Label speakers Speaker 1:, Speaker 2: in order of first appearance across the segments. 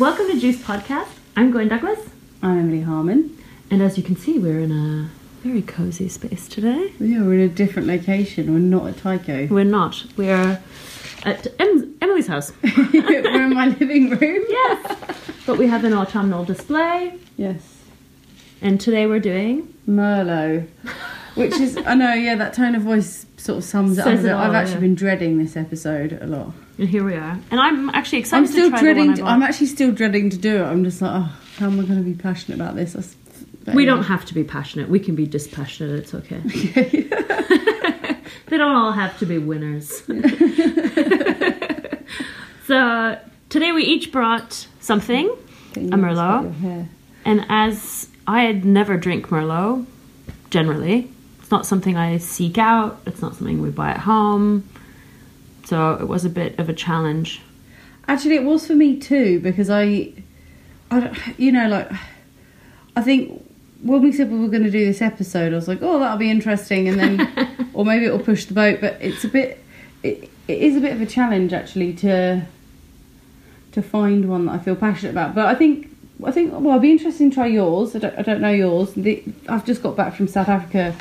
Speaker 1: Welcome to Juice Podcast. I'm Gwen Douglas,
Speaker 2: I'm Emily Harmon.
Speaker 1: and as you can see, we're in a very cozy space today.
Speaker 2: Yeah, we're in a different location. We're not at Tycho.
Speaker 1: We're not. We're at em- Emily's house.
Speaker 2: we're in my living room.
Speaker 1: Yes, but we have an autumnal display,
Speaker 2: Yes.
Speaker 1: and today we're doing
Speaker 2: Merlot. Which is, I know, yeah, that tone of voice sort of sums it up.
Speaker 1: Says
Speaker 2: a bit.
Speaker 1: it all,
Speaker 2: I've actually
Speaker 1: yeah.
Speaker 2: been dreading this episode a lot.
Speaker 1: and here we are. And I'm actually excited
Speaker 2: I'm still
Speaker 1: to try the one
Speaker 2: dreading,
Speaker 1: I
Speaker 2: to,
Speaker 1: bought.
Speaker 2: I'm actually still dreading to do it. I'm just like, oh, how am I going to be passionate about this? I s- but
Speaker 1: We don't
Speaker 2: anyway.
Speaker 1: have to be passionate. We can be dispassionate. It's okay. they don't all have to be winners. so today we each brought something,
Speaker 2: Getting
Speaker 1: a
Speaker 2: nervous about
Speaker 1: Merlot.
Speaker 2: your hair.
Speaker 1: and as I had never drink Merlot, generally, it's not something I seek out. It's not something we buy at home. So it was a bit of a challenge.
Speaker 2: Actually, it was for me too because I, I don't, you know, like I think when we said we were going to do this episode, I was like, oh, that'll be interesting, and then, or maybe it'll push the boat. But it's a bit, it, it is a bit of a challenge actually to to find one that I feel passionate about. But I think. I think well, I'd be interested to try yours. I don't, I don't know yours. The, I've just got back from South Africa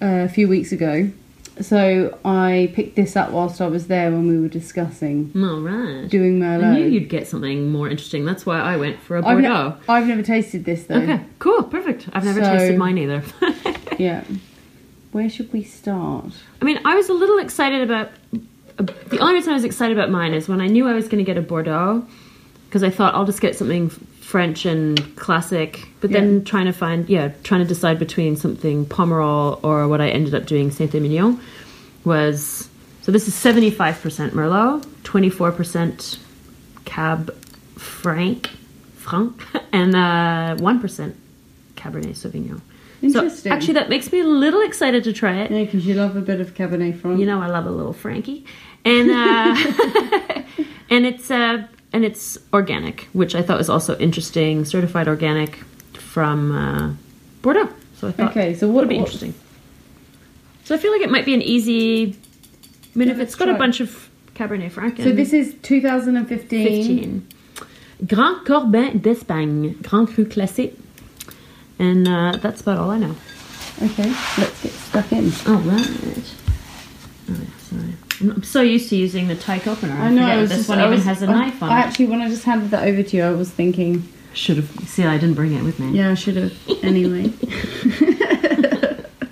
Speaker 2: uh, a few weeks ago, so I picked this up whilst I was there when we were discussing
Speaker 1: All right.
Speaker 2: doing Merlot.
Speaker 1: I knew you'd get something more interesting. That's why I went for a
Speaker 2: I've, ne-
Speaker 1: Bordeaux.
Speaker 2: I've never tasted this though.
Speaker 1: okay, cool, perfect. I've never
Speaker 2: So-
Speaker 1: tasted mine either.
Speaker 2: Yeah. Where should we start?
Speaker 1: I mean, I was a little excited about. The only reason I was excited about mine is when I knew I was going to get a Bordeaux, because I thought I'll just get something f- French and classic. But then trying to find, yeah, trying to decide between something Pomerol or what I ended up doing Saint Emilion was. So this is seventy five percent Merlot, twenty four percent Cab Franc, Franc, and uh, one percent Cabernet Sauvignon. So
Speaker 2: Interesting.
Speaker 1: actually, that makes me a little excited to try it.
Speaker 2: Yeah, because you love a bit of Cabernet Franc.
Speaker 1: You know, I love a little Frankie, and uh, and it's uh, and it's organic, which I thought was also interesting. Certified organic from uh, Bordeaux, so I thought
Speaker 2: Okay, so what-
Speaker 1: would be
Speaker 2: what-
Speaker 1: interesting. So I feel like it might be an easy. I mean,
Speaker 2: Yeah,
Speaker 1: if
Speaker 2: let's
Speaker 1: it's got
Speaker 2: try
Speaker 1: a
Speaker 2: it.
Speaker 1: bunch of Cabernet Franc,
Speaker 2: so
Speaker 1: and
Speaker 2: this is 2015.
Speaker 1: fifteen. Grand Corbin d'Espagne, Grand Cru Classique, and uh, that's about all I know.
Speaker 2: Okay, let's get stuck in.
Speaker 1: All right. Oh, yeah, sorry. I'm I'm so used to using the tyke opener. I, forget this one
Speaker 2: I
Speaker 1: even
Speaker 2: was-
Speaker 1: has a
Speaker 2: I-
Speaker 1: knife on
Speaker 2: I
Speaker 1: it.
Speaker 2: actually, when I just handed that over to you, I was thinking,
Speaker 1: Should have. See, I didn't bring it with me.
Speaker 2: yeah, I should have. Anyway,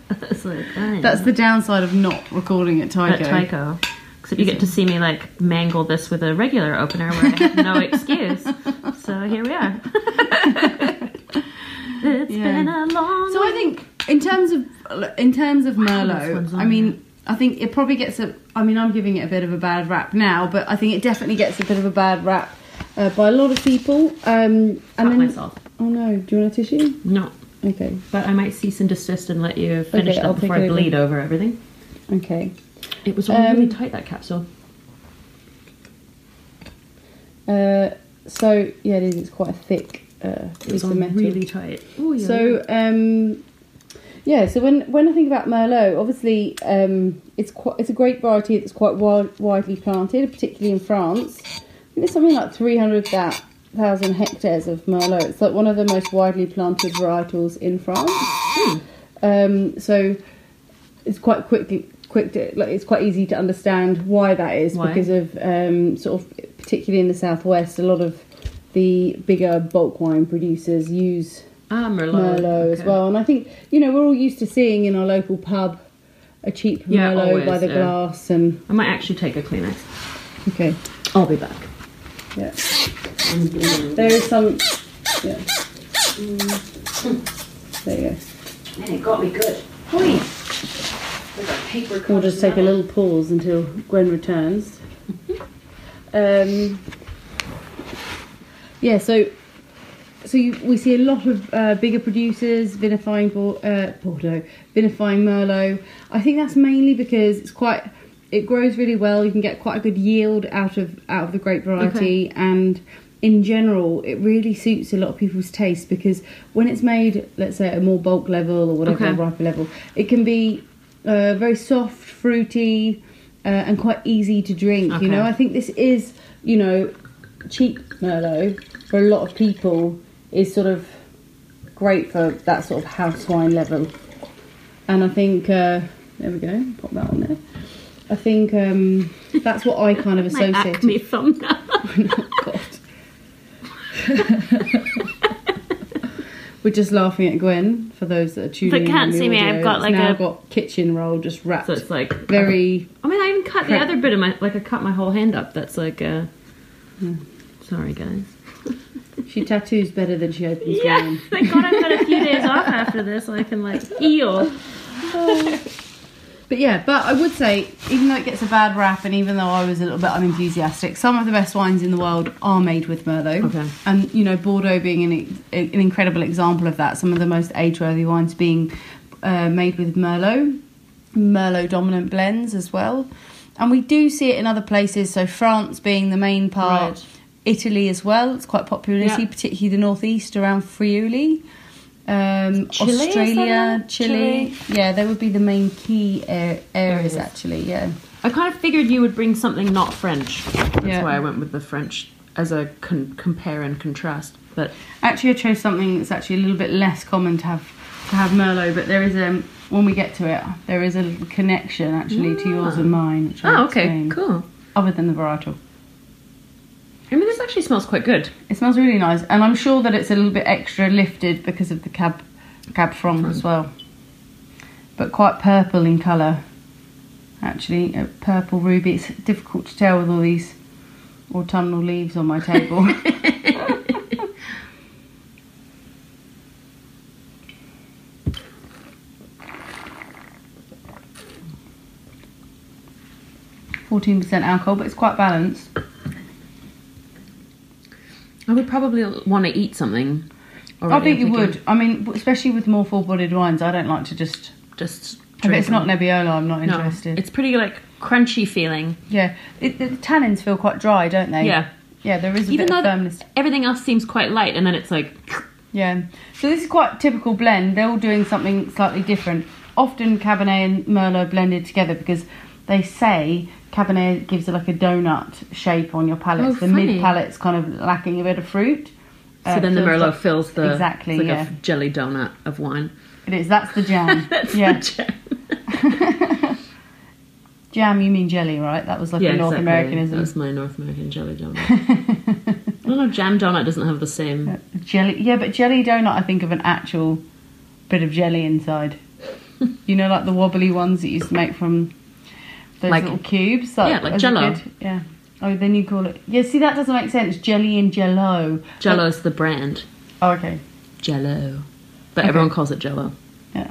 Speaker 1: It's like, oh,
Speaker 2: that's the downside of not recording at
Speaker 1: at
Speaker 2: Tycho.
Speaker 1: Tyco. Except you get to see me like mangle this with a regular opener where I have no excuse. So here we are. It's
Speaker 2: Yeah.
Speaker 1: been a long.
Speaker 2: So I think in terms of in terms of
Speaker 1: this one's
Speaker 2: Merlot,
Speaker 1: on
Speaker 2: I mean, I think it probably gets a. I mean, I'm giving it a bit of a bad rap now, but I think it definitely gets a bit of a bad rap uh, by a lot of people. Um, and
Speaker 1: Not
Speaker 2: then,
Speaker 1: myself.
Speaker 2: Oh no! Do you want a tissue?
Speaker 1: No,
Speaker 2: Okay.
Speaker 1: but I might cease and desist and let you finish
Speaker 2: Okay,
Speaker 1: that
Speaker 2: I'll take
Speaker 1: before
Speaker 2: it
Speaker 1: I
Speaker 2: over.
Speaker 1: bleed over everything.
Speaker 2: Okay.
Speaker 1: It was
Speaker 2: Um,
Speaker 1: really tight that capsule.
Speaker 2: Uh, so yeah, it is. It's quite a thick uh,
Speaker 1: It was
Speaker 2: piece of
Speaker 1: on
Speaker 2: metal.
Speaker 1: really tight. Oh yeah.
Speaker 2: So um, yeah, so when when I think about Merlot, obviously um, it's quite it's a great variety that's quite wide, widely planted, particularly in France. I think there's something like three hundred thousand hectares of Merlot. It's like one of the most widely planted varietals in France.
Speaker 1: Hmm.
Speaker 2: Um, so it's quite quickly quick to, like it's quite easy to understand why that is
Speaker 1: Why?
Speaker 2: because of um, sort of particularly in the southwest, a lot of the bigger bulk wine producers use
Speaker 1: ah, Merlot.
Speaker 2: Merlot as
Speaker 1: Okay.
Speaker 2: well. And I think, you know, we're all used to seeing in our local pub a cheap
Speaker 1: Yeah,
Speaker 2: Merlot
Speaker 1: always,
Speaker 2: by the
Speaker 1: yeah.
Speaker 2: glass and.
Speaker 1: I might actually take a Kleenex.
Speaker 2: Okay,
Speaker 1: I'll be back.
Speaker 2: yeah. There is some. Yeah. There you go.
Speaker 1: And it got me good. Oi. Paper
Speaker 2: We'll just take a little pause until Gwen returns. um, yeah, so so you, we see a lot of uh, bigger producers vinifying Bor- uh, Bordeaux, vinifying Merlot. I think that's mainly because it's quite it grows really well. You can get quite a good yield out of out of the grape variety, and in general, it really suits a lot of people's taste because when it's made, let's say, at a more bulk level or whatever
Speaker 1: Okay.
Speaker 2: riper level, it can be uh, very soft, fruity, uh, and quite easy to drink.
Speaker 1: Okay.
Speaker 2: You know, I think this is you know cheap Merlot for a lot of people is sort of great for that sort of house wine level. And I think uh, there we go, pop that on there. I think um, that's what I kind of
Speaker 1: My
Speaker 2: associate.
Speaker 1: acme thumbnail.
Speaker 2: Oh, God. We're just laughing at Gwen for those that are tuning
Speaker 1: But
Speaker 2: in.
Speaker 1: can't
Speaker 2: on the
Speaker 1: see me, I've
Speaker 2: audio.
Speaker 1: got
Speaker 2: It's
Speaker 1: like
Speaker 2: now
Speaker 1: a-
Speaker 2: got kitchen roll just wrapped.
Speaker 1: so it's like
Speaker 2: very
Speaker 1: I mean, I even cut the
Speaker 2: Crap.
Speaker 1: other bit of my like I cut my whole hand up. That's like uh,
Speaker 2: Hmm.
Speaker 1: sorry guys.
Speaker 2: She tattoos better than she opens
Speaker 1: Yeah,
Speaker 2: wine.
Speaker 1: thank God I've got a few days off after this, so I can like heal.
Speaker 2: But yeah, but I would say, even though it gets a bad rap, and even though I was a little bit unenthusiastic, some of the best wines in the world are made with Merlot.
Speaker 1: Okay.
Speaker 2: And, you know, Bordeaux being an, an incredible example of that, some of the most age worthy wines being uh, made with Merlot, Merlot dominant blends as well. And we do see it in other places, so France being the main part,
Speaker 1: Right.
Speaker 2: Italy as well, it's quite popular in
Speaker 1: Yeah.
Speaker 2: Italy, particularly the northeast around Friuli. Um,
Speaker 1: Chile or
Speaker 2: Australia,
Speaker 1: something?
Speaker 2: Chile. Yeah, they would be the main key a- areas
Speaker 1: Areas.
Speaker 2: actually. Yeah,
Speaker 1: I kind of figured you would bring something not French. That's
Speaker 2: Yeah.
Speaker 1: why I went with the French as a con- compare and contrast. But
Speaker 2: actually, I chose something that's actually a little bit less common to have to have Merlot, but there is um when we get to it, there is a little connection actually to yours and mine. Which I'll
Speaker 1: oh, Ah. okay,
Speaker 2: explain,
Speaker 1: cool.
Speaker 2: Other than the varietal,
Speaker 1: I mean, this actually smells quite good.
Speaker 2: it smells really nice, and I'm sure that it's a little bit extra lifted because of the cab cab from as well, but quite purple in colour. Actually, a purple ruby. It's difficult to tell with all these autumnal leaves on my table. Fourteen percent alcohol, but it's quite balanced.
Speaker 1: I would probably want to eat something.
Speaker 2: I
Speaker 1: already,
Speaker 2: think
Speaker 1: I'm
Speaker 2: you
Speaker 1: thinking.
Speaker 2: would. I mean, especially with more full-bodied wines, I don't like to just.
Speaker 1: Just
Speaker 2: If it's
Speaker 1: drink
Speaker 2: not
Speaker 1: them.
Speaker 2: Nebbiolo, I'm not
Speaker 1: No,
Speaker 2: interested.
Speaker 1: it's pretty like crunchy feeling.
Speaker 2: yeah, it, the tannins feel quite dry, don't they?
Speaker 1: Yeah.
Speaker 2: Yeah, there is a
Speaker 1: Even
Speaker 2: bit
Speaker 1: though
Speaker 2: of firmness. Uh,
Speaker 1: everything else seems quite light, and then it's like
Speaker 2: Yeah. So this is quite a typical blend. They're all doing something slightly different. Often Cabernet and Merlot are blended together because they say Cabernet gives it like a donut shape on your palate.
Speaker 1: Oh,
Speaker 2: the
Speaker 1: funny.
Speaker 2: mid palate's kind of lacking a bit of fruit.
Speaker 1: So then the
Speaker 2: feels
Speaker 1: Merlot
Speaker 2: like-
Speaker 1: fills the
Speaker 2: Exactly,
Speaker 1: it's like
Speaker 2: yeah.
Speaker 1: a f- jelly donut of wine.
Speaker 2: It is. That's the jam.
Speaker 1: That's
Speaker 2: yeah.
Speaker 1: the jam.
Speaker 2: jam, you mean jelly, right? That was like
Speaker 1: yeah,
Speaker 2: a North
Speaker 1: exactly.
Speaker 2: Americanism.
Speaker 1: That's my North American jelly donut. no, no, jam donut doesn't have the same.
Speaker 2: Jelly, yeah, but jelly donut. I think of an actual bit of jelly inside. you know, like the wobbly ones that you used to make from those
Speaker 1: Like-
Speaker 2: little cubes.
Speaker 1: yeah, like
Speaker 2: as a
Speaker 1: Jell-O.
Speaker 2: kid. Yeah. Oh, then you call it. Yeah, see, that doesn't make sense. Jelly and Jello.
Speaker 1: Jello's the brand.
Speaker 2: Oh, okay.
Speaker 1: Jello, but
Speaker 2: Okay.
Speaker 1: everyone calls it Jello.
Speaker 2: Yeah.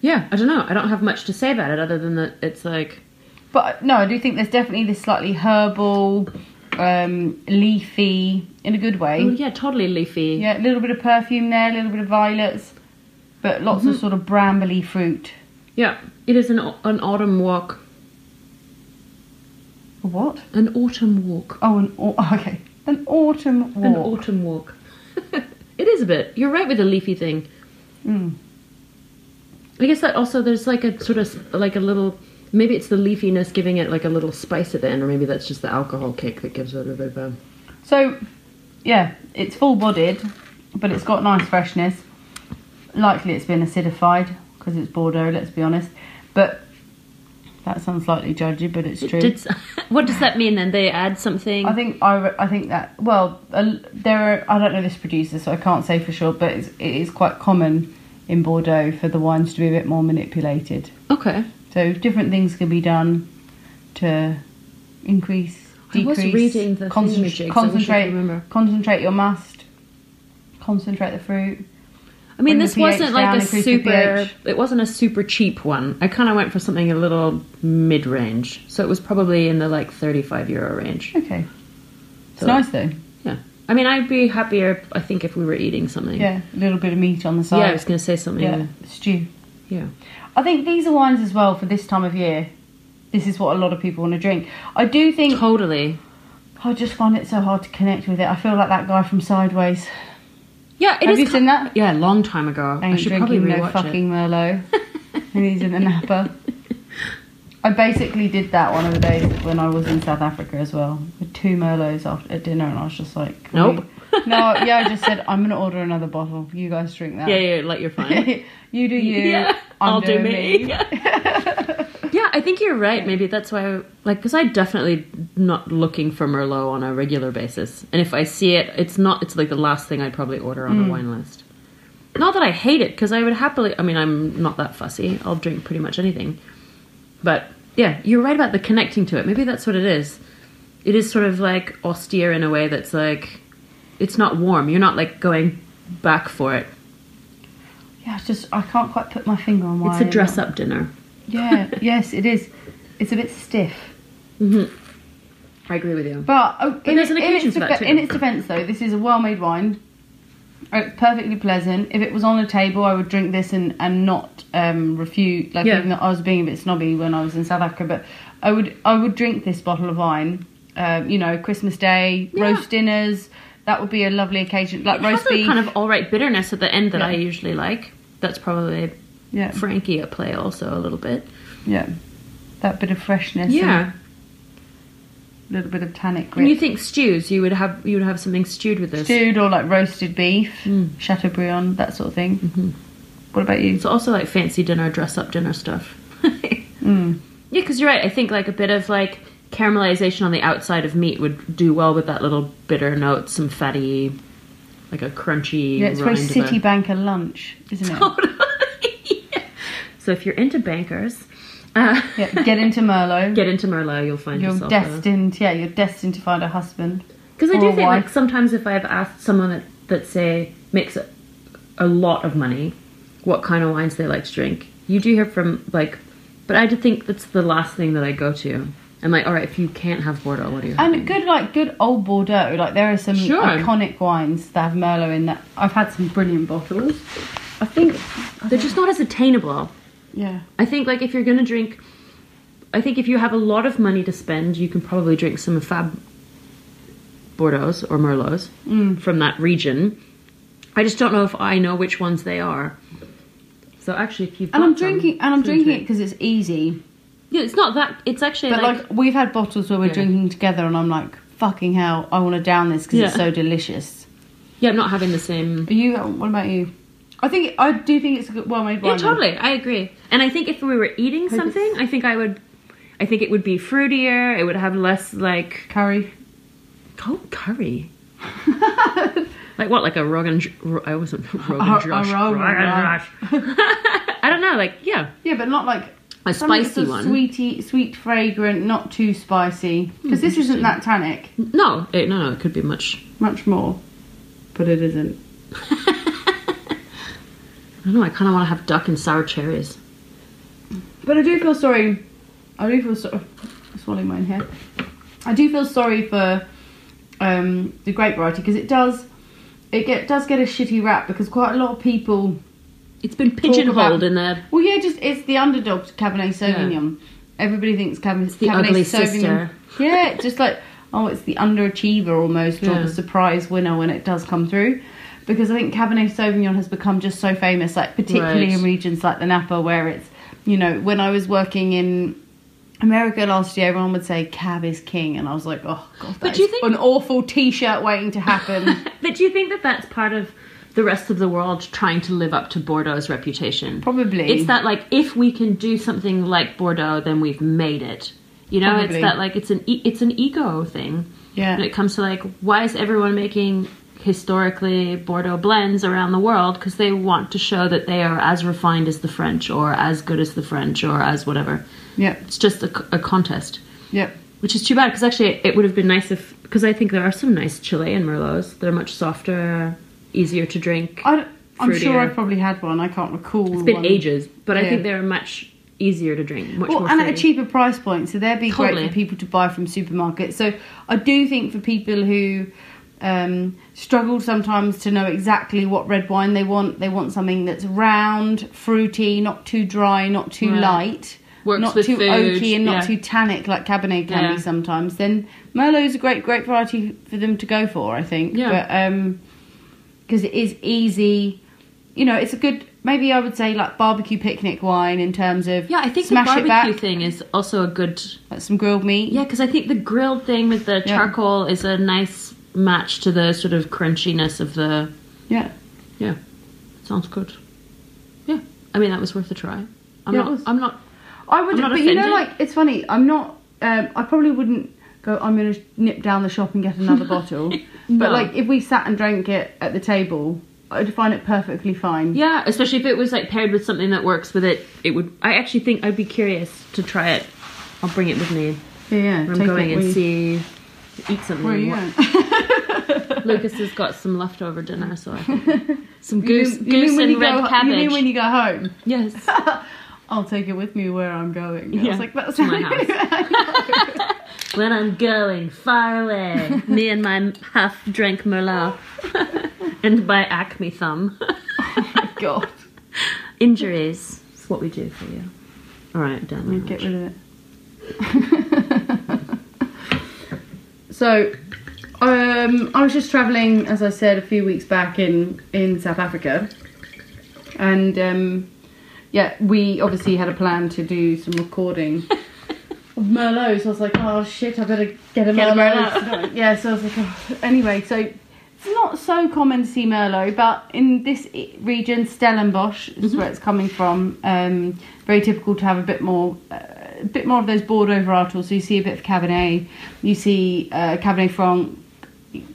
Speaker 1: Yeah, I don't know. I don't have much to say about it other than that it's like
Speaker 2: But no, I do think there's definitely this slightly herbal, um, leafy, in a good way.
Speaker 1: oh yeah, totally leafy.
Speaker 2: Yeah, a little bit of perfume there, a little bit of violets, but lots
Speaker 1: Mm-hmm.
Speaker 2: of sort of brambly fruit.
Speaker 1: Yeah, it is an au- an autumn walk.
Speaker 2: A What?
Speaker 1: An autumn walk.
Speaker 2: Oh, an au- okay, an autumn walk.
Speaker 1: An autumn walk. it is a bit. You're right with the leafy thing.
Speaker 2: Mm.
Speaker 1: I guess that also there's like a sort of s- like a little maybe it's the leafiness giving it like a little spice at the end, or maybe that's just the alcohol kick that gives it a bit of a
Speaker 2: So, yeah, it's full-bodied, but it's got nice freshness. Likely, it's been acidified because it's Bordeaux. Let's be honest, but that sounds slightly judgy, but it's true.
Speaker 1: Did, s- what does that mean then? They add something.
Speaker 2: I think I, re- I think that well uh, there are I don't know this producer so I can't say for sure but it's, it is quite common in Bordeaux for the wines to be a bit more manipulated
Speaker 1: okay.
Speaker 2: So different things can be done to increase,
Speaker 1: I was
Speaker 2: decrease,
Speaker 1: reading the
Speaker 2: concent-
Speaker 1: thingamajig, so I wish I could
Speaker 2: concentrate,
Speaker 1: remember.
Speaker 2: concentrate your must, concentrate the fruit.
Speaker 1: I mean,
Speaker 2: Bring the
Speaker 1: this
Speaker 2: pH
Speaker 1: wasn't
Speaker 2: down,
Speaker 1: like a
Speaker 2: increase the
Speaker 1: super.
Speaker 2: pH.
Speaker 1: It wasn't a super cheap one. I kind of went for something a little mid range, so it was probably in the like thirty-five euro range.
Speaker 2: Okay, it's
Speaker 1: So-
Speaker 2: nice though.
Speaker 1: Yeah. I mean, I'd be happier. I think if we were eating something.
Speaker 2: Yeah, a little bit of meat on the
Speaker 1: Yeah, I
Speaker 2: side.
Speaker 1: was gonna say something.
Speaker 2: yeah,
Speaker 1: Yeah.
Speaker 2: stew.
Speaker 1: yeah.
Speaker 2: I think these are wines as well for this time of year. This is what a lot of people want to drink. I do think
Speaker 1: Totally.
Speaker 2: I just find it so hard to connect with it. I feel like that guy from Sideways.
Speaker 1: Yeah, it is.
Speaker 2: Have you
Speaker 1: ki-
Speaker 2: seen that?
Speaker 1: Yeah, a long time ago. I
Speaker 2: ain't
Speaker 1: should probably
Speaker 2: drinking no
Speaker 1: rewatch
Speaker 2: fucking Merlot. and he's in the Napa. I basically did that one of the days when I was in South Africa as well. I two Merlots after, at dinner, and I was just like,
Speaker 1: Nope.
Speaker 2: no, yeah, I just said I'm gonna order another bottle. You guys drink that.
Speaker 1: Yeah, yeah, like you're fine.
Speaker 2: you do you.
Speaker 1: yeah,
Speaker 2: I'm
Speaker 1: I'll do
Speaker 2: doing
Speaker 1: me. yeah, I think you're right. Maybe that's why, like, because I definitely not looking for Merlot on a regular basis, and if I see it, it's not. It's like the last thing I'd probably order on a wine list. Not that I hate it, because I would happily. I mean, I'm not that fussy. I'll drink pretty much anything. But yeah, you're right about the connecting to it. Maybe that's what it is. It is sort of like austere in a way that's like, it's not warm. You're not like going back for it.
Speaker 2: Yeah, it's just I can't quite put my finger on why.
Speaker 1: It's a dress up dinner.
Speaker 2: Yeah. yes, it is. It's a bit stiff.
Speaker 1: I agree with you.
Speaker 2: But, oh, in,
Speaker 1: there's an
Speaker 2: in
Speaker 1: occasion
Speaker 2: its
Speaker 1: for that
Speaker 2: defe-
Speaker 1: too.
Speaker 2: in its defence, though, this is a well-made wine. Uh, It's perfectly pleasant. If it was on a table, I would drink this and and not um, refuse. Like
Speaker 1: Yeah.
Speaker 2: even though I was being a bit snobby when I was in South Africa, but I would I would drink this bottle of wine. Um, you know, Christmas Day,
Speaker 1: Yeah.
Speaker 2: roast dinners. That would be a lovely occasion, like
Speaker 1: It has
Speaker 2: roast
Speaker 1: a
Speaker 2: beef.
Speaker 1: kind of all right bitterness at the end that
Speaker 2: Yeah.
Speaker 1: I usually like. That's probably
Speaker 2: yeah,
Speaker 1: Frankie at play also a little bit.
Speaker 2: yeah, that bit of freshness.
Speaker 1: Yeah.
Speaker 2: and a little bit of tannic.
Speaker 1: When you
Speaker 2: Grit.
Speaker 1: think stews, you would have you would have something stewed with this.
Speaker 2: Stewed or like roasted beef,
Speaker 1: Mm.
Speaker 2: Chateaubriand, that sort of thing.
Speaker 1: Mm-hmm.
Speaker 2: What about you?
Speaker 1: It's also like fancy dinner, dress up dinner stuff.
Speaker 2: Hmm.
Speaker 1: Yeah, because you're right. I think like a bit of like caramelization on the outside of meat would do well with that little bitter note, some fatty, like a crunchy.
Speaker 2: Yeah, it's very
Speaker 1: rind of a-
Speaker 2: city banker lunch, isn't it?
Speaker 1: Totally. So if you're into bankers, uh,
Speaker 2: yeah, get into Merlot.
Speaker 1: get into Merlot, you'll find
Speaker 2: you're
Speaker 1: yourself. a-
Speaker 2: destined. Yeah, you're destined to find a husband.
Speaker 1: Because I do
Speaker 2: Or
Speaker 1: think
Speaker 2: why-
Speaker 1: like sometimes if I've asked someone that, that say makes a, a lot of money, what kind of wines they like to drink, you do hear from like, but I do think that's the last thing that I go to. I'm like, all right, if you can't have Bordeaux, what do you? have?
Speaker 2: And good, like good old Bordeaux. Like there are some
Speaker 1: Mm. Sure.
Speaker 2: iconic wines that have Merlot in that. I've had some brilliant bottles. I think.
Speaker 1: They're just not as attainable.
Speaker 2: Yeah.
Speaker 1: I think like if you're gonna drink, I think if you have a lot of money to spend, you can probably drink some fab Bordeaux's or Merlots
Speaker 2: Mm.
Speaker 1: from that region. I just don't know if I know which ones they are. So actually, if you've
Speaker 2: And I'm
Speaker 1: got some,
Speaker 2: drinking, and I'm
Speaker 1: please
Speaker 2: drinking it
Speaker 1: drink.
Speaker 2: because it's easy.
Speaker 1: Yeah, it's not that. It's actually
Speaker 2: But
Speaker 1: like,
Speaker 2: like, we've had bottles where we're
Speaker 1: Yeah.
Speaker 2: drinking together, and I'm like, fucking hell, I want to down this because
Speaker 1: Yeah.
Speaker 2: it's so delicious.
Speaker 1: yeah, I'm not having the same.
Speaker 2: Are you? What about you? I think I do think it's a good, well-made wine.
Speaker 1: Yeah, totally. I agree. And I think if we were eating
Speaker 2: Hope it's-
Speaker 1: something, I think I would. I think it would be fruitier. It would have less like
Speaker 2: Curry.
Speaker 1: Oh, curry. like what? Like a Rogan? Ro- I wasn't Rogan
Speaker 2: A- a
Speaker 1: Josh.
Speaker 2: Rogan
Speaker 1: Rogan Josh. I don't know. Like yeah,
Speaker 2: Yeah, but not like
Speaker 1: a
Speaker 2: Something
Speaker 1: spicy
Speaker 2: that's a
Speaker 1: one.
Speaker 2: Sweety, sweet, fragrant, not too spicy.
Speaker 1: Hmm,
Speaker 2: Because this isn't that tannic,
Speaker 1: No, it, Eh, no, no. It could be much.
Speaker 2: much more, but it isn't.
Speaker 1: I don't know. I kind of want to have duck and sour cherries.
Speaker 2: But I do feel sorry. I do feel sorry. Swallowing mine here. I do feel sorry for um, the grape variety because it does. It get, does get a shitty rap because quite a lot of people.
Speaker 1: It's been
Speaker 2: about-
Speaker 1: pigeonholed in there.
Speaker 2: Well, yeah, just it's the underdog to Cabernet
Speaker 1: Yeah.
Speaker 2: Sauvignon. Everybody thinks Cabernet,
Speaker 1: the
Speaker 2: Cabernet
Speaker 1: ugly
Speaker 2: Sauvignon.
Speaker 1: sister.
Speaker 2: Yeah, just like oh, it's the underachiever almost, or
Speaker 1: Yeah.
Speaker 2: the surprise winner when it does come through. Because I think Cabernet Sauvignon has become just so famous, like particularly
Speaker 1: Right.
Speaker 2: in regions like the Napa, where it's you know when I was working in. America last year, everyone would say "Cab is king," and I was like, "Oh God,
Speaker 1: But
Speaker 2: that's
Speaker 1: do you think-
Speaker 2: an awful T-shirt waiting to happen."
Speaker 1: But do you think that that's part of the rest of the world trying to live up to Bordeaux's reputation?
Speaker 2: Probably.
Speaker 1: It's that like if we can do something like Bordeaux, then we've made it. You know,
Speaker 2: Probably.
Speaker 1: it's that like it's an e- it's an ego thing.
Speaker 2: Yeah.
Speaker 1: When it comes to like why is everyone making historically Bordeaux blends around the world because they want to show that they are as refined as the French or as good as the French or as whatever.
Speaker 2: yep,
Speaker 1: It's just a, c- a contest
Speaker 2: yep.
Speaker 1: which is too bad because actually it would have been nice if because I think there are some nice Chilean Merlots. They're much softer, easier to drink.
Speaker 2: I, am sure
Speaker 1: Fruitier.
Speaker 2: I probably had one. I can't recall.
Speaker 1: it's been
Speaker 2: one.
Speaker 1: ages, but I
Speaker 2: Yeah.
Speaker 1: think they're much easier to drink. Much
Speaker 2: Well,
Speaker 1: more
Speaker 2: and at a
Speaker 1: fruity.
Speaker 2: cheaper price point, so they'd be
Speaker 1: Totally.
Speaker 2: great for people to buy from supermarkets. So I do think for people who um, struggle sometimes to know exactly what red wine they want, they want something that's round, fruity, not too dry, not too
Speaker 1: Right.
Speaker 2: light,
Speaker 1: Works
Speaker 2: not
Speaker 1: with
Speaker 2: too
Speaker 1: food,
Speaker 2: oaky, and not
Speaker 1: yeah.
Speaker 2: too tannic like Cabernet can
Speaker 1: Yeah.
Speaker 2: be sometimes. Then Merlot's a great, great variety for them to go for, I think.
Speaker 1: Yeah.
Speaker 2: But, um, because it is easy. You know, it's a good maybe I would say like barbecue picnic wine in terms of
Speaker 1: Yeah, I think
Speaker 2: smash
Speaker 1: the
Speaker 2: it back,
Speaker 1: barbecue thing is also a good.
Speaker 2: like some grilled meat.
Speaker 1: Yeah, because I think the grilled thing with the
Speaker 2: Yeah.
Speaker 1: charcoal is a nice match to the sort of crunchiness of the.
Speaker 2: yeah.
Speaker 1: Yeah, sounds good. Yeah, I mean that was worth a try. I'm
Speaker 2: Yeah, it
Speaker 1: not.
Speaker 2: was.
Speaker 1: I'm not.
Speaker 2: I would,
Speaker 1: I'm not
Speaker 2: but you know,
Speaker 1: offended.
Speaker 2: like it's funny. I'm not. Um, I probably wouldn't go. I'm going to nip down the shop and get another bottle. But
Speaker 1: No.
Speaker 2: like, if we sat and drank it at the table, I'd find it perfectly fine.
Speaker 1: Yeah, especially if it was like paired with something that works with it. It would. I actually think I'd be curious to try it. I'll bring it with me.
Speaker 2: yeah. yeah,
Speaker 1: when I'm
Speaker 2: take
Speaker 1: going
Speaker 2: it
Speaker 1: and
Speaker 2: where you-
Speaker 1: see. Eat something.
Speaker 2: Where are you
Speaker 1: What-
Speaker 2: at?
Speaker 1: Lucas has got some leftover dinner, so I think.
Speaker 2: Some
Speaker 1: goose- goose
Speaker 2: when
Speaker 1: and
Speaker 2: you go,
Speaker 1: red
Speaker 2: ho- You mean
Speaker 1: cabbage.
Speaker 2: when you go home?
Speaker 1: yes.
Speaker 2: I'll take it with me where I'm going. I
Speaker 1: Yeah,
Speaker 2: was like, that's
Speaker 1: to my When I'm going far away, me and my half drank Merlot, and by Acme thumb.
Speaker 2: God,
Speaker 1: Injuries. It's what we do for you. All right, done. with
Speaker 2: get
Speaker 1: that.
Speaker 2: rid of it. so, um, I was just travelling, as I said, a few weeks back in in South Africa, and um, yeah, we obviously had a plan to do some recording. of Merlot, so I was like, oh shit, I better get a
Speaker 1: Get a
Speaker 2: Merlot.
Speaker 1: Merlot.
Speaker 2: yeah, so I was like, oh. anyway, so it's not so common to see Merlot, but in this i- region, Stellenbosch is where it's coming from. Um, very typical to have a bit more, uh, a bit more of those Bordeaux varietals. So you see a bit of Cabernet, you see uh, Cabernet Franc,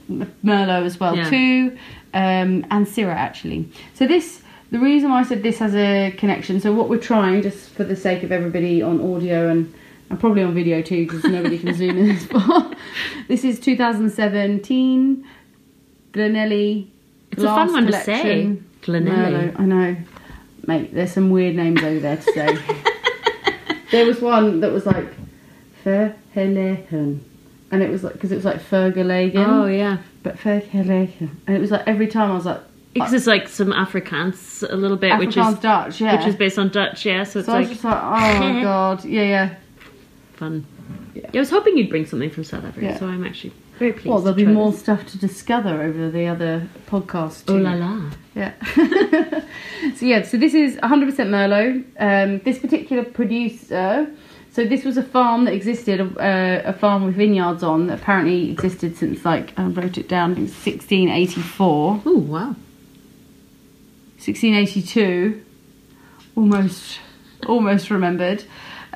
Speaker 2: Merlot as well
Speaker 1: Yeah.
Speaker 2: too, um, and Syrah actually. So this, the reason why I said this has a connection. So what we're trying, just for the sake of everybody on audio and and probably on video too, because nobody can zoom in this far. This is 2017 Glenelly.
Speaker 1: It's a fun
Speaker 2: Glass
Speaker 1: one to
Speaker 2: Collection
Speaker 1: say, Glenelly.
Speaker 2: Merlot. I know, mate. There's some weird names over there to say. there was one that was like Verhelegen, and it was like because it was like Fergelegen.
Speaker 1: Oh yeah,
Speaker 2: But Vergelegen. And it was like every time I was like,
Speaker 1: because it's like some Afrikaans a little bit, which
Speaker 2: Afrikaans
Speaker 1: is
Speaker 2: Dutch, yeah.
Speaker 1: which is based on Dutch. Yeah, so it's
Speaker 2: so I
Speaker 1: like
Speaker 2: was just like, oh my god, yeah, yeah.
Speaker 1: fun.
Speaker 2: Yeah.
Speaker 1: Yeah. I was hoping you'd bring something from South Africa,
Speaker 2: Yeah.
Speaker 1: so I'm actually very pleased.
Speaker 2: Well, there'll
Speaker 1: to
Speaker 2: be
Speaker 1: try
Speaker 2: more
Speaker 1: This.
Speaker 2: stuff to discover over the other podcast.
Speaker 1: Oh
Speaker 2: too.
Speaker 1: la la.
Speaker 2: Yeah. so yeah, so this is 100% Merlot. Um, this particular producer. So this was a farm that existed, uh, a farm with vineyards on that apparently existed since like I wrote it down. I think 1684,
Speaker 1: Oh wow.
Speaker 2: 1682. Almost, almost remembered,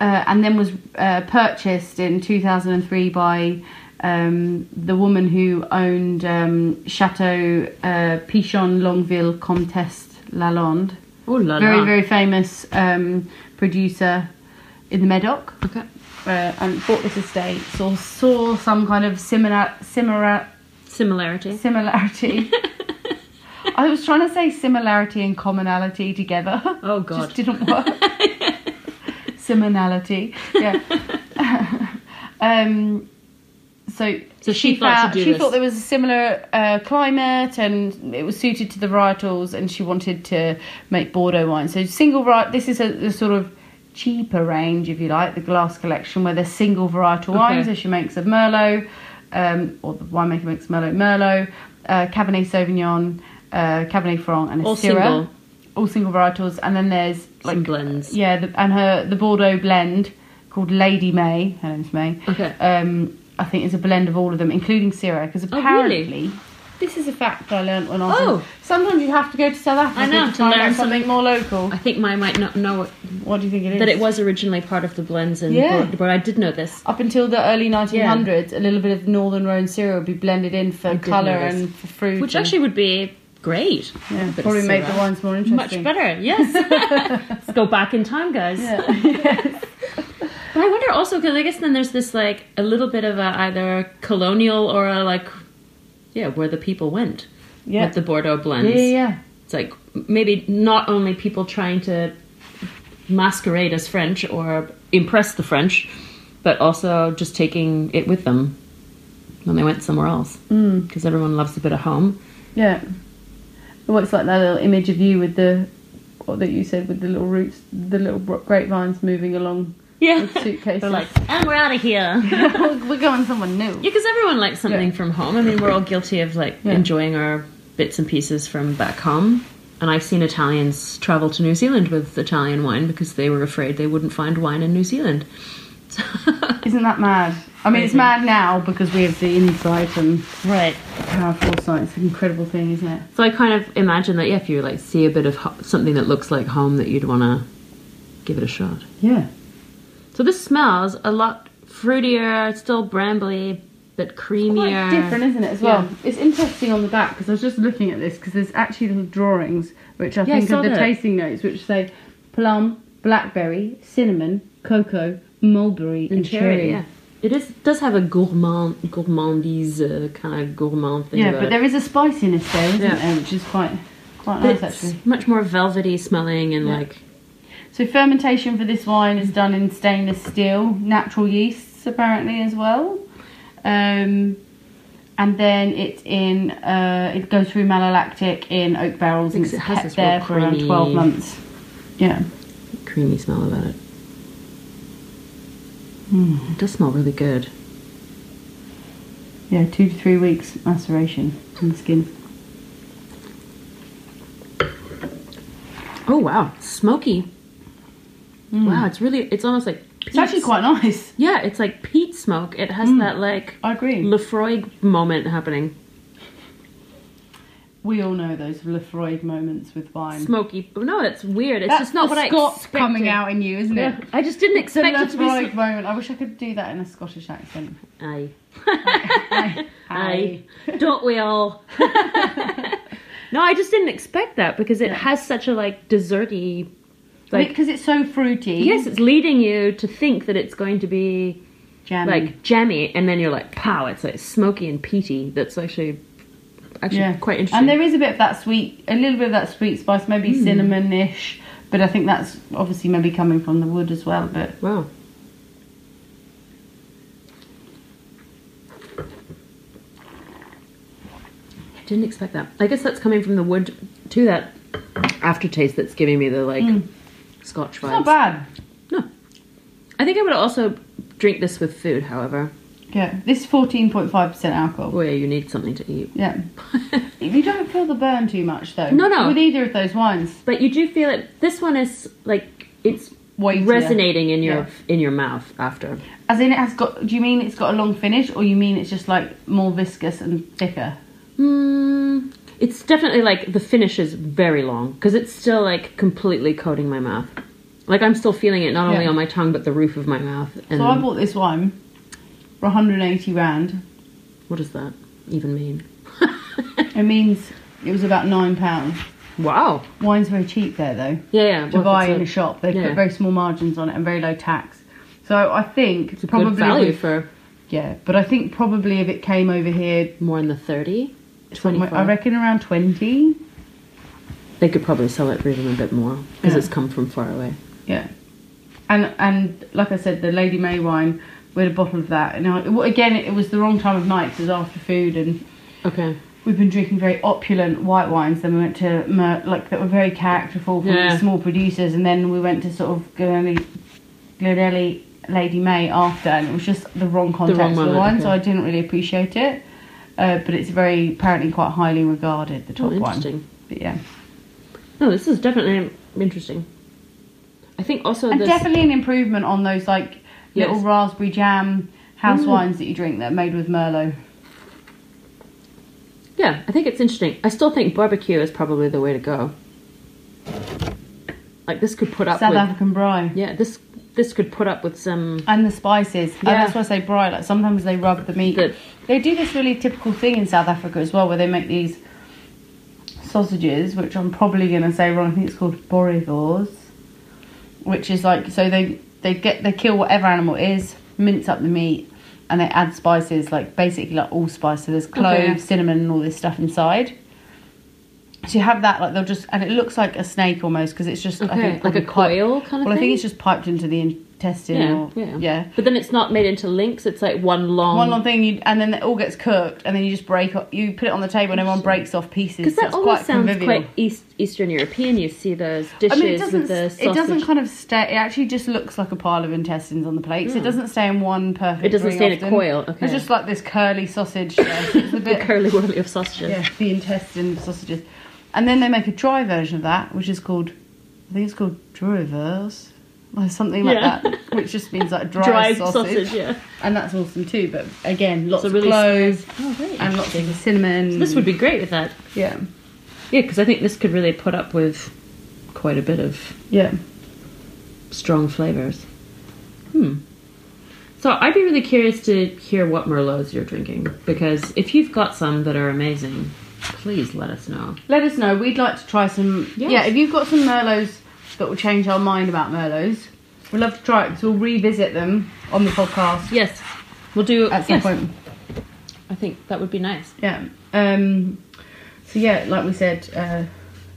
Speaker 2: uh, and then was uh, purchased in 2003 by. Um, the woman who owned um, Chateau uh, Pichon Longueville Comtesse Lalonde,
Speaker 1: Oh la la.
Speaker 2: very very famous um, producer in the Medoc,
Speaker 1: Okay.
Speaker 2: uh, and bought this estate. So saw some kind of similar similar
Speaker 1: Similarity.
Speaker 2: similarity. I was trying to say similarity and commonality together.
Speaker 1: Oh, God.
Speaker 2: just didn't work. Similarity, yeah. um, so,
Speaker 1: So she thought to
Speaker 2: found-
Speaker 1: do
Speaker 2: she
Speaker 1: this.
Speaker 2: thought there was a similar uh, climate and it was suited to the varietals, and she wanted to make Bordeaux wine. So single variet. This is a, the sort of cheaper range, if you like, the glass collection where they're single varietal wines. So she makes a Merlot, um, or the winemaker makes Merlot, Merlot, uh, Cabernet Sauvignon, uh, Cabernet Franc, and a
Speaker 1: All
Speaker 2: Syrah.
Speaker 1: single.
Speaker 2: All single varietals, and then there's like
Speaker 1: Some blends.
Speaker 2: Yeah, the, and her the Bordeaux blend called Lady May. Her name's May.
Speaker 1: Okay.
Speaker 2: Um, I think it's a blend of all of them, including Syrah, because
Speaker 1: Oh, really?
Speaker 2: apparently this is a fact I learnt when I was.
Speaker 1: Oh.
Speaker 2: in- Sometimes you have to go to South Africa
Speaker 1: I know,
Speaker 2: to,
Speaker 1: to
Speaker 2: find out
Speaker 1: learn
Speaker 2: something, more local.
Speaker 1: I think mine might not know it,
Speaker 2: What do you think it is?
Speaker 1: that it was originally part of the blends in
Speaker 2: Yeah.
Speaker 1: yeah. but I did know this.
Speaker 2: Up until the early 1900s, a little bit of northern Rhone Syrah would be blended in for
Speaker 1: did
Speaker 2: colour
Speaker 1: know this.
Speaker 2: and for fruit.
Speaker 1: Which
Speaker 2: and-
Speaker 1: actually would be great. A
Speaker 2: yeah,
Speaker 1: bit of
Speaker 2: probably make the
Speaker 1: Syrah.
Speaker 2: wines more interesting.
Speaker 1: Much better, yes. Let's go back in time, guys.
Speaker 2: Yeah.
Speaker 1: But I wonder also because I guess then there's this like a little bit of a either colonial or a like, yeah, where the people went
Speaker 2: Yeah.
Speaker 1: with the Bordeaux
Speaker 2: yeah,
Speaker 1: blends.
Speaker 2: yeah, yeah.
Speaker 1: It's like maybe not only people trying to masquerade as French or impress the French, but also just taking it with them when they went somewhere else.
Speaker 2: Mm.
Speaker 1: Because everyone loves a bit of home.
Speaker 2: Yeah. It looks like that little image of you with the, what that you said with the little roots, the little bro- grapevines moving along.
Speaker 1: Yeah.
Speaker 2: With suitcases.
Speaker 1: They're like, and we're out of here. yeah,
Speaker 2: We're going somewhere new.
Speaker 1: because everyone likes something
Speaker 2: Yeah.
Speaker 1: from home. I mean, we're all guilty of like
Speaker 2: Yeah.
Speaker 1: enjoying our bits and pieces from back home. and I've seen Italians travel to New Zealand with Italian wine because they were afraid they wouldn't find wine in New Zealand.
Speaker 2: Isn't that mad? I mean, it's
Speaker 1: Crazy.
Speaker 2: mad now because we have the insight and
Speaker 1: right.
Speaker 2: power of foresight. It's an incredible thing, isn't it?
Speaker 1: So I kind of imagine that yeah, if you like see a bit of ho- something that looks like home, that you'd want to give it a shot.
Speaker 2: Yeah.
Speaker 1: So this smells a lot fruitier, it's still brambly, but
Speaker 2: Quite
Speaker 1: creamier.
Speaker 2: different, isn't it, as well? It's interesting on the back because I was just looking at this because there's actually little drawings which I
Speaker 1: Yeah, I
Speaker 2: think
Speaker 1: saw
Speaker 2: are the
Speaker 1: that.
Speaker 2: tasting notes which say plum, blackberry, cinnamon, cocoa, mulberry, and, cherry.
Speaker 1: yeah. It is does have a gourmand gourmandise uh, kind of gourmand thing.
Speaker 2: Yeah,
Speaker 1: about
Speaker 2: but
Speaker 1: it.
Speaker 2: there is a spiciness there, isn't
Speaker 1: Yeah.
Speaker 2: there? Which is quite quite
Speaker 1: But
Speaker 2: nice
Speaker 1: it's
Speaker 2: actually.
Speaker 1: much more velvety smelling and
Speaker 2: Yeah.
Speaker 1: like
Speaker 2: So fermentation for this wine is done in stainless steel, natural yeasts apparently as well, um, and then it's in uh, it goes through malolactic in oak barrels and
Speaker 1: Because
Speaker 2: it's
Speaker 1: it has
Speaker 2: kept
Speaker 1: this real
Speaker 2: there for around
Speaker 1: creamy-
Speaker 2: twelve months. Yeah,
Speaker 1: creamy smell about it.
Speaker 2: Hmm.
Speaker 1: It does smell really good.
Speaker 2: yeah, two to three weeks maceration in the skin.
Speaker 1: Oh wow, smoky. Wow, it's really it's almost like
Speaker 2: Hmm. It's actually quite Hmm. nice.
Speaker 1: yeah, it's like peat smoke. It has that like
Speaker 2: I agree.
Speaker 1: Lefroy moment happening.
Speaker 2: we all know those Lefroy moments with wine.
Speaker 1: Smoky. No, it's weird. It's
Speaker 2: That's
Speaker 1: just not
Speaker 2: the
Speaker 1: what I
Speaker 2: Scots
Speaker 1: expected.
Speaker 2: coming out in you, isn't it?
Speaker 1: Yeah, I just didn't
Speaker 2: The
Speaker 1: expect it to be.
Speaker 2: Lefroy
Speaker 1: So-
Speaker 2: moment. I wish I could do that in a Scottish accent.
Speaker 1: aye,
Speaker 2: Aye.
Speaker 1: aye. Don't we all? no, I just didn't expect that because it has such a like desserty. Like
Speaker 2: because it's so fruity.
Speaker 1: yes, it's leading you to think that it's going to be
Speaker 2: jammy.
Speaker 1: like jammy, and then you're like, pow, it's like smoky and peaty. That's actually actually
Speaker 2: yeah,
Speaker 1: quite interesting.
Speaker 2: And there is a bit of that sweet, a little bit of that sweet spice, maybe cinnamon-ish, but I think that's obviously maybe coming from the wood as well. But
Speaker 1: Wow. I didn't expect that. I guess that's coming from the wood to that aftertaste that's giving me the like scotch
Speaker 2: Hmm. it's not
Speaker 1: vibes.
Speaker 2: bad.
Speaker 1: No. I think I would also drink this with food, however.
Speaker 2: Yeah, this fourteen point five percent alcohol.
Speaker 1: Where you need something to eat.
Speaker 2: Yeah, you don't feel the burn too much though.
Speaker 1: No, no.
Speaker 2: with either of those wines.
Speaker 1: but you do feel it this one is like it's
Speaker 2: Weightier.
Speaker 1: resonating in your
Speaker 2: Yeah.
Speaker 1: in your mouth after.
Speaker 2: As in, it has got. Do you mean it's got a long finish, or you mean it's just like more viscous and thicker?
Speaker 1: Mm, it's definitely like the finish is very long because it's still like completely coating my mouth. Like I'm still feeling it not only
Speaker 2: Yeah.
Speaker 1: on my tongue but the roof of my mouth. And
Speaker 2: So I bought this wine for 180 rand.
Speaker 1: what does that even mean?
Speaker 2: It means it was about nine pounds.
Speaker 1: wow.
Speaker 2: Wine's very cheap there though.
Speaker 1: Yeah, yeah.
Speaker 2: to
Speaker 1: well,
Speaker 2: buy
Speaker 1: if
Speaker 2: in a
Speaker 1: it's
Speaker 2: shop. They
Speaker 1: yeah.
Speaker 2: put very small margins on it and very low tax. So I think
Speaker 1: it's a
Speaker 2: probably
Speaker 1: good value
Speaker 2: with-
Speaker 1: for
Speaker 2: yeah, but I think probably if it came over here,
Speaker 1: more in the 30,
Speaker 2: somewhere-
Speaker 1: 25.
Speaker 2: I reckon around twenty.
Speaker 1: they could probably sell it for even a bit more because
Speaker 2: Yeah.
Speaker 1: it's come from far away.
Speaker 2: Yeah, and and like I said, the Lady May wine. We had a bottle of that, and I, well, again, it was the wrong time of night 'cause it was after food, and
Speaker 1: Okay.
Speaker 2: we've been drinking very opulent white wines. Then we went to Mer- like that were very characterful from
Speaker 1: Yeah.
Speaker 2: these small producers, and then we went to sort of Glenelly, Glenelly Lady May after, and it was just the wrong context for the
Speaker 1: moment,
Speaker 2: wine, so
Speaker 1: okay.
Speaker 2: I didn't really appreciate it. Uh, but it's very apparently quite highly regarded the
Speaker 1: Oh,
Speaker 2: top
Speaker 1: interesting.
Speaker 2: one. But yeah,
Speaker 1: No, this is definitely interesting. I think also
Speaker 2: and
Speaker 1: this.
Speaker 2: definitely an improvement on those like
Speaker 1: Yes.
Speaker 2: little raspberry jam house
Speaker 1: Mm.
Speaker 2: wines that you drink that are made with merlot.
Speaker 1: Yeah, I think it's interesting. I still think barbecue is probably the way to go. Like this could put up
Speaker 2: South
Speaker 1: with
Speaker 2: African Braai.
Speaker 1: yeah this this could put up with some
Speaker 2: and the spices. And
Speaker 1: Mm. Yeah.
Speaker 2: that's why I say braai. Like sometimes they rub the meat.
Speaker 1: Good.
Speaker 2: They do this really typical thing in South Africa as well, where they make these sausages, which I'm probably going to say wrong. I think it's called borivors, which is like so they they get they kill whatever animal it is, mince up the meat, and they add spices like basically like allspice. So there's cloves,
Speaker 1: yeah.
Speaker 2: cinnamon, and all this stuff inside. So you have that like they'll just and it looks like a snake almost because it's just I
Speaker 1: Okay,
Speaker 2: think
Speaker 1: like a
Speaker 2: probably pipe-
Speaker 1: coil kind of
Speaker 2: Well, I
Speaker 1: thing?
Speaker 2: think it's just piped into the intestine.
Speaker 1: yeah,
Speaker 2: or,
Speaker 1: yeah
Speaker 2: yeah.
Speaker 1: But then it's not made into links. It's like one long
Speaker 2: One long thing, you, and then it all gets cooked, and then you just break. o- You put it on the table, and everyone breaks off pieces.
Speaker 1: because
Speaker 2: so
Speaker 1: that
Speaker 2: it's
Speaker 1: always
Speaker 2: quite
Speaker 1: sounds
Speaker 2: convivial.
Speaker 1: quite East Eastern European. You see those dishes
Speaker 2: I mean, it doesn't.
Speaker 1: with the
Speaker 2: s-
Speaker 1: sausage.
Speaker 2: It doesn't kind of stay. It actually just looks like a pile of intestines on the plate. So it doesn't stay in one perfect.
Speaker 1: Hmm. It doesn't
Speaker 2: ring
Speaker 1: stay in a
Speaker 2: often.
Speaker 1: coil, okay.
Speaker 2: It's just like this curly sausage. there. It's a
Speaker 1: the
Speaker 2: bit.
Speaker 1: curly whirly of sausages.
Speaker 2: yeah, the intestine sausages. And then they make a dry version of that, which is called, I think it's called Druiverse or something like
Speaker 1: Yeah.
Speaker 2: that, which just means like dry,
Speaker 1: Dry
Speaker 2: sausage.
Speaker 1: sausage, yeah.
Speaker 2: And that's awesome too. But again, lots
Speaker 1: So
Speaker 2: of
Speaker 1: really
Speaker 2: cloves
Speaker 1: Oh, very
Speaker 2: and lots
Speaker 1: interesting.
Speaker 2: of cinnamon.
Speaker 1: This would be great with that.
Speaker 2: yeah,
Speaker 1: Yeah, because I think this could really put up with quite a bit of
Speaker 2: yeah.
Speaker 1: strong flavors. Hmm. So I'd be really curious to hear what merlots you're drinking because if you've got some that are amazing, please let us know.
Speaker 2: Let us know. We'd like to try some.
Speaker 1: Yes.
Speaker 2: Yeah, if you've got some merlots that will change our mind about merlots, we'd love to try it because we'll revisit them on the podcast
Speaker 1: Yes, we'll do.
Speaker 2: at some
Speaker 1: yes,
Speaker 2: point.
Speaker 1: I think that would be nice.
Speaker 2: Yeah. Um, so yeah, like we said, uh,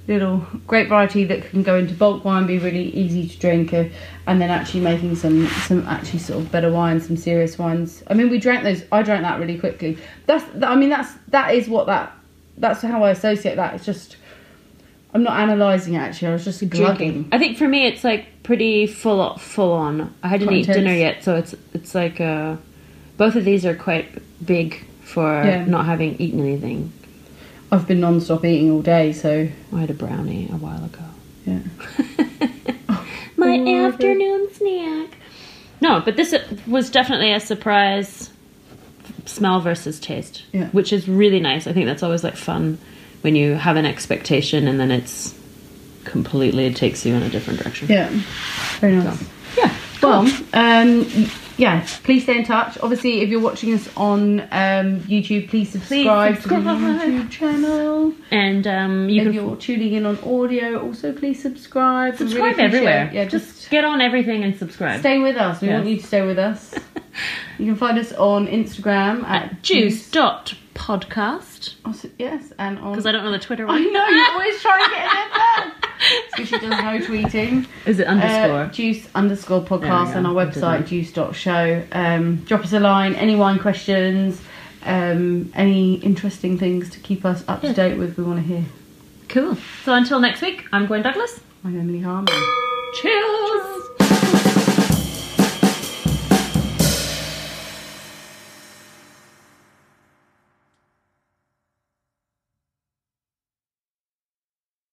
Speaker 2: little great variety that can go into bulk wine, be really easy to drink, uh, and then actually making some some actually sort of better wines, some serious wines. I mean, we drank those. I drank that really quickly. That's. th- I mean, that's that is what that. That's how I associate that. It's just. I'm not analysing it actually. I was just glugging.
Speaker 1: I think for me, it's like pretty full full on. I hadn't
Speaker 2: Quite
Speaker 1: eaten dinner
Speaker 2: intense.
Speaker 1: yet, so it's it's like uh, both of these are quite big for
Speaker 2: Yeah.
Speaker 1: not having eaten anything.
Speaker 2: I've been non-stop eating all day, so
Speaker 1: I had a brownie a while ago.
Speaker 2: yeah.
Speaker 1: My
Speaker 2: Oh,
Speaker 1: afternoon snack. No, but this was definitely a surprise smell versus taste,
Speaker 2: Yeah.
Speaker 1: which is really nice. I think that's always like fun when you have an expectation and then it's completely it takes you in a different direction.
Speaker 2: Yeah. Very nice.
Speaker 1: Yeah.
Speaker 2: Well, um, yeah, please stay in touch. Obviously, if you're watching us on um, YouTube, please subscribe, to the
Speaker 1: subscribe.
Speaker 2: YouTube channel.
Speaker 1: And um, you
Speaker 2: if
Speaker 1: can
Speaker 2: you're tuning in on audio, also please subscribe. We really
Speaker 1: subscribe
Speaker 2: appreciate-
Speaker 1: everywhere.
Speaker 2: Yeah, just
Speaker 1: get on everything and subscribe.
Speaker 2: stay with us. We
Speaker 1: Yeah.
Speaker 2: want you to stay with us. you can find us on Instagram at
Speaker 1: at juice dot podcast
Speaker 2: Oh, so- Yes, and on.
Speaker 1: because I don't know the Twitter
Speaker 2: I
Speaker 1: one.
Speaker 2: know you're always trying to get in there first. Because she does no tweeting.
Speaker 1: Is it
Speaker 2: Uh,
Speaker 1: underscore?
Speaker 2: juice underscore
Speaker 1: There we
Speaker 2: podcast
Speaker 1: go.
Speaker 2: and our
Speaker 1: I did
Speaker 2: website
Speaker 1: that.
Speaker 2: juice.show. Um, drop us a line, any wine questions, um, any interesting things to keep us up to
Speaker 1: Yeah.
Speaker 2: date with, we want to hear.
Speaker 1: cool. So until next week, I'm Gwen Douglas.
Speaker 2: I'm Emily Harmon.
Speaker 1: Cheers.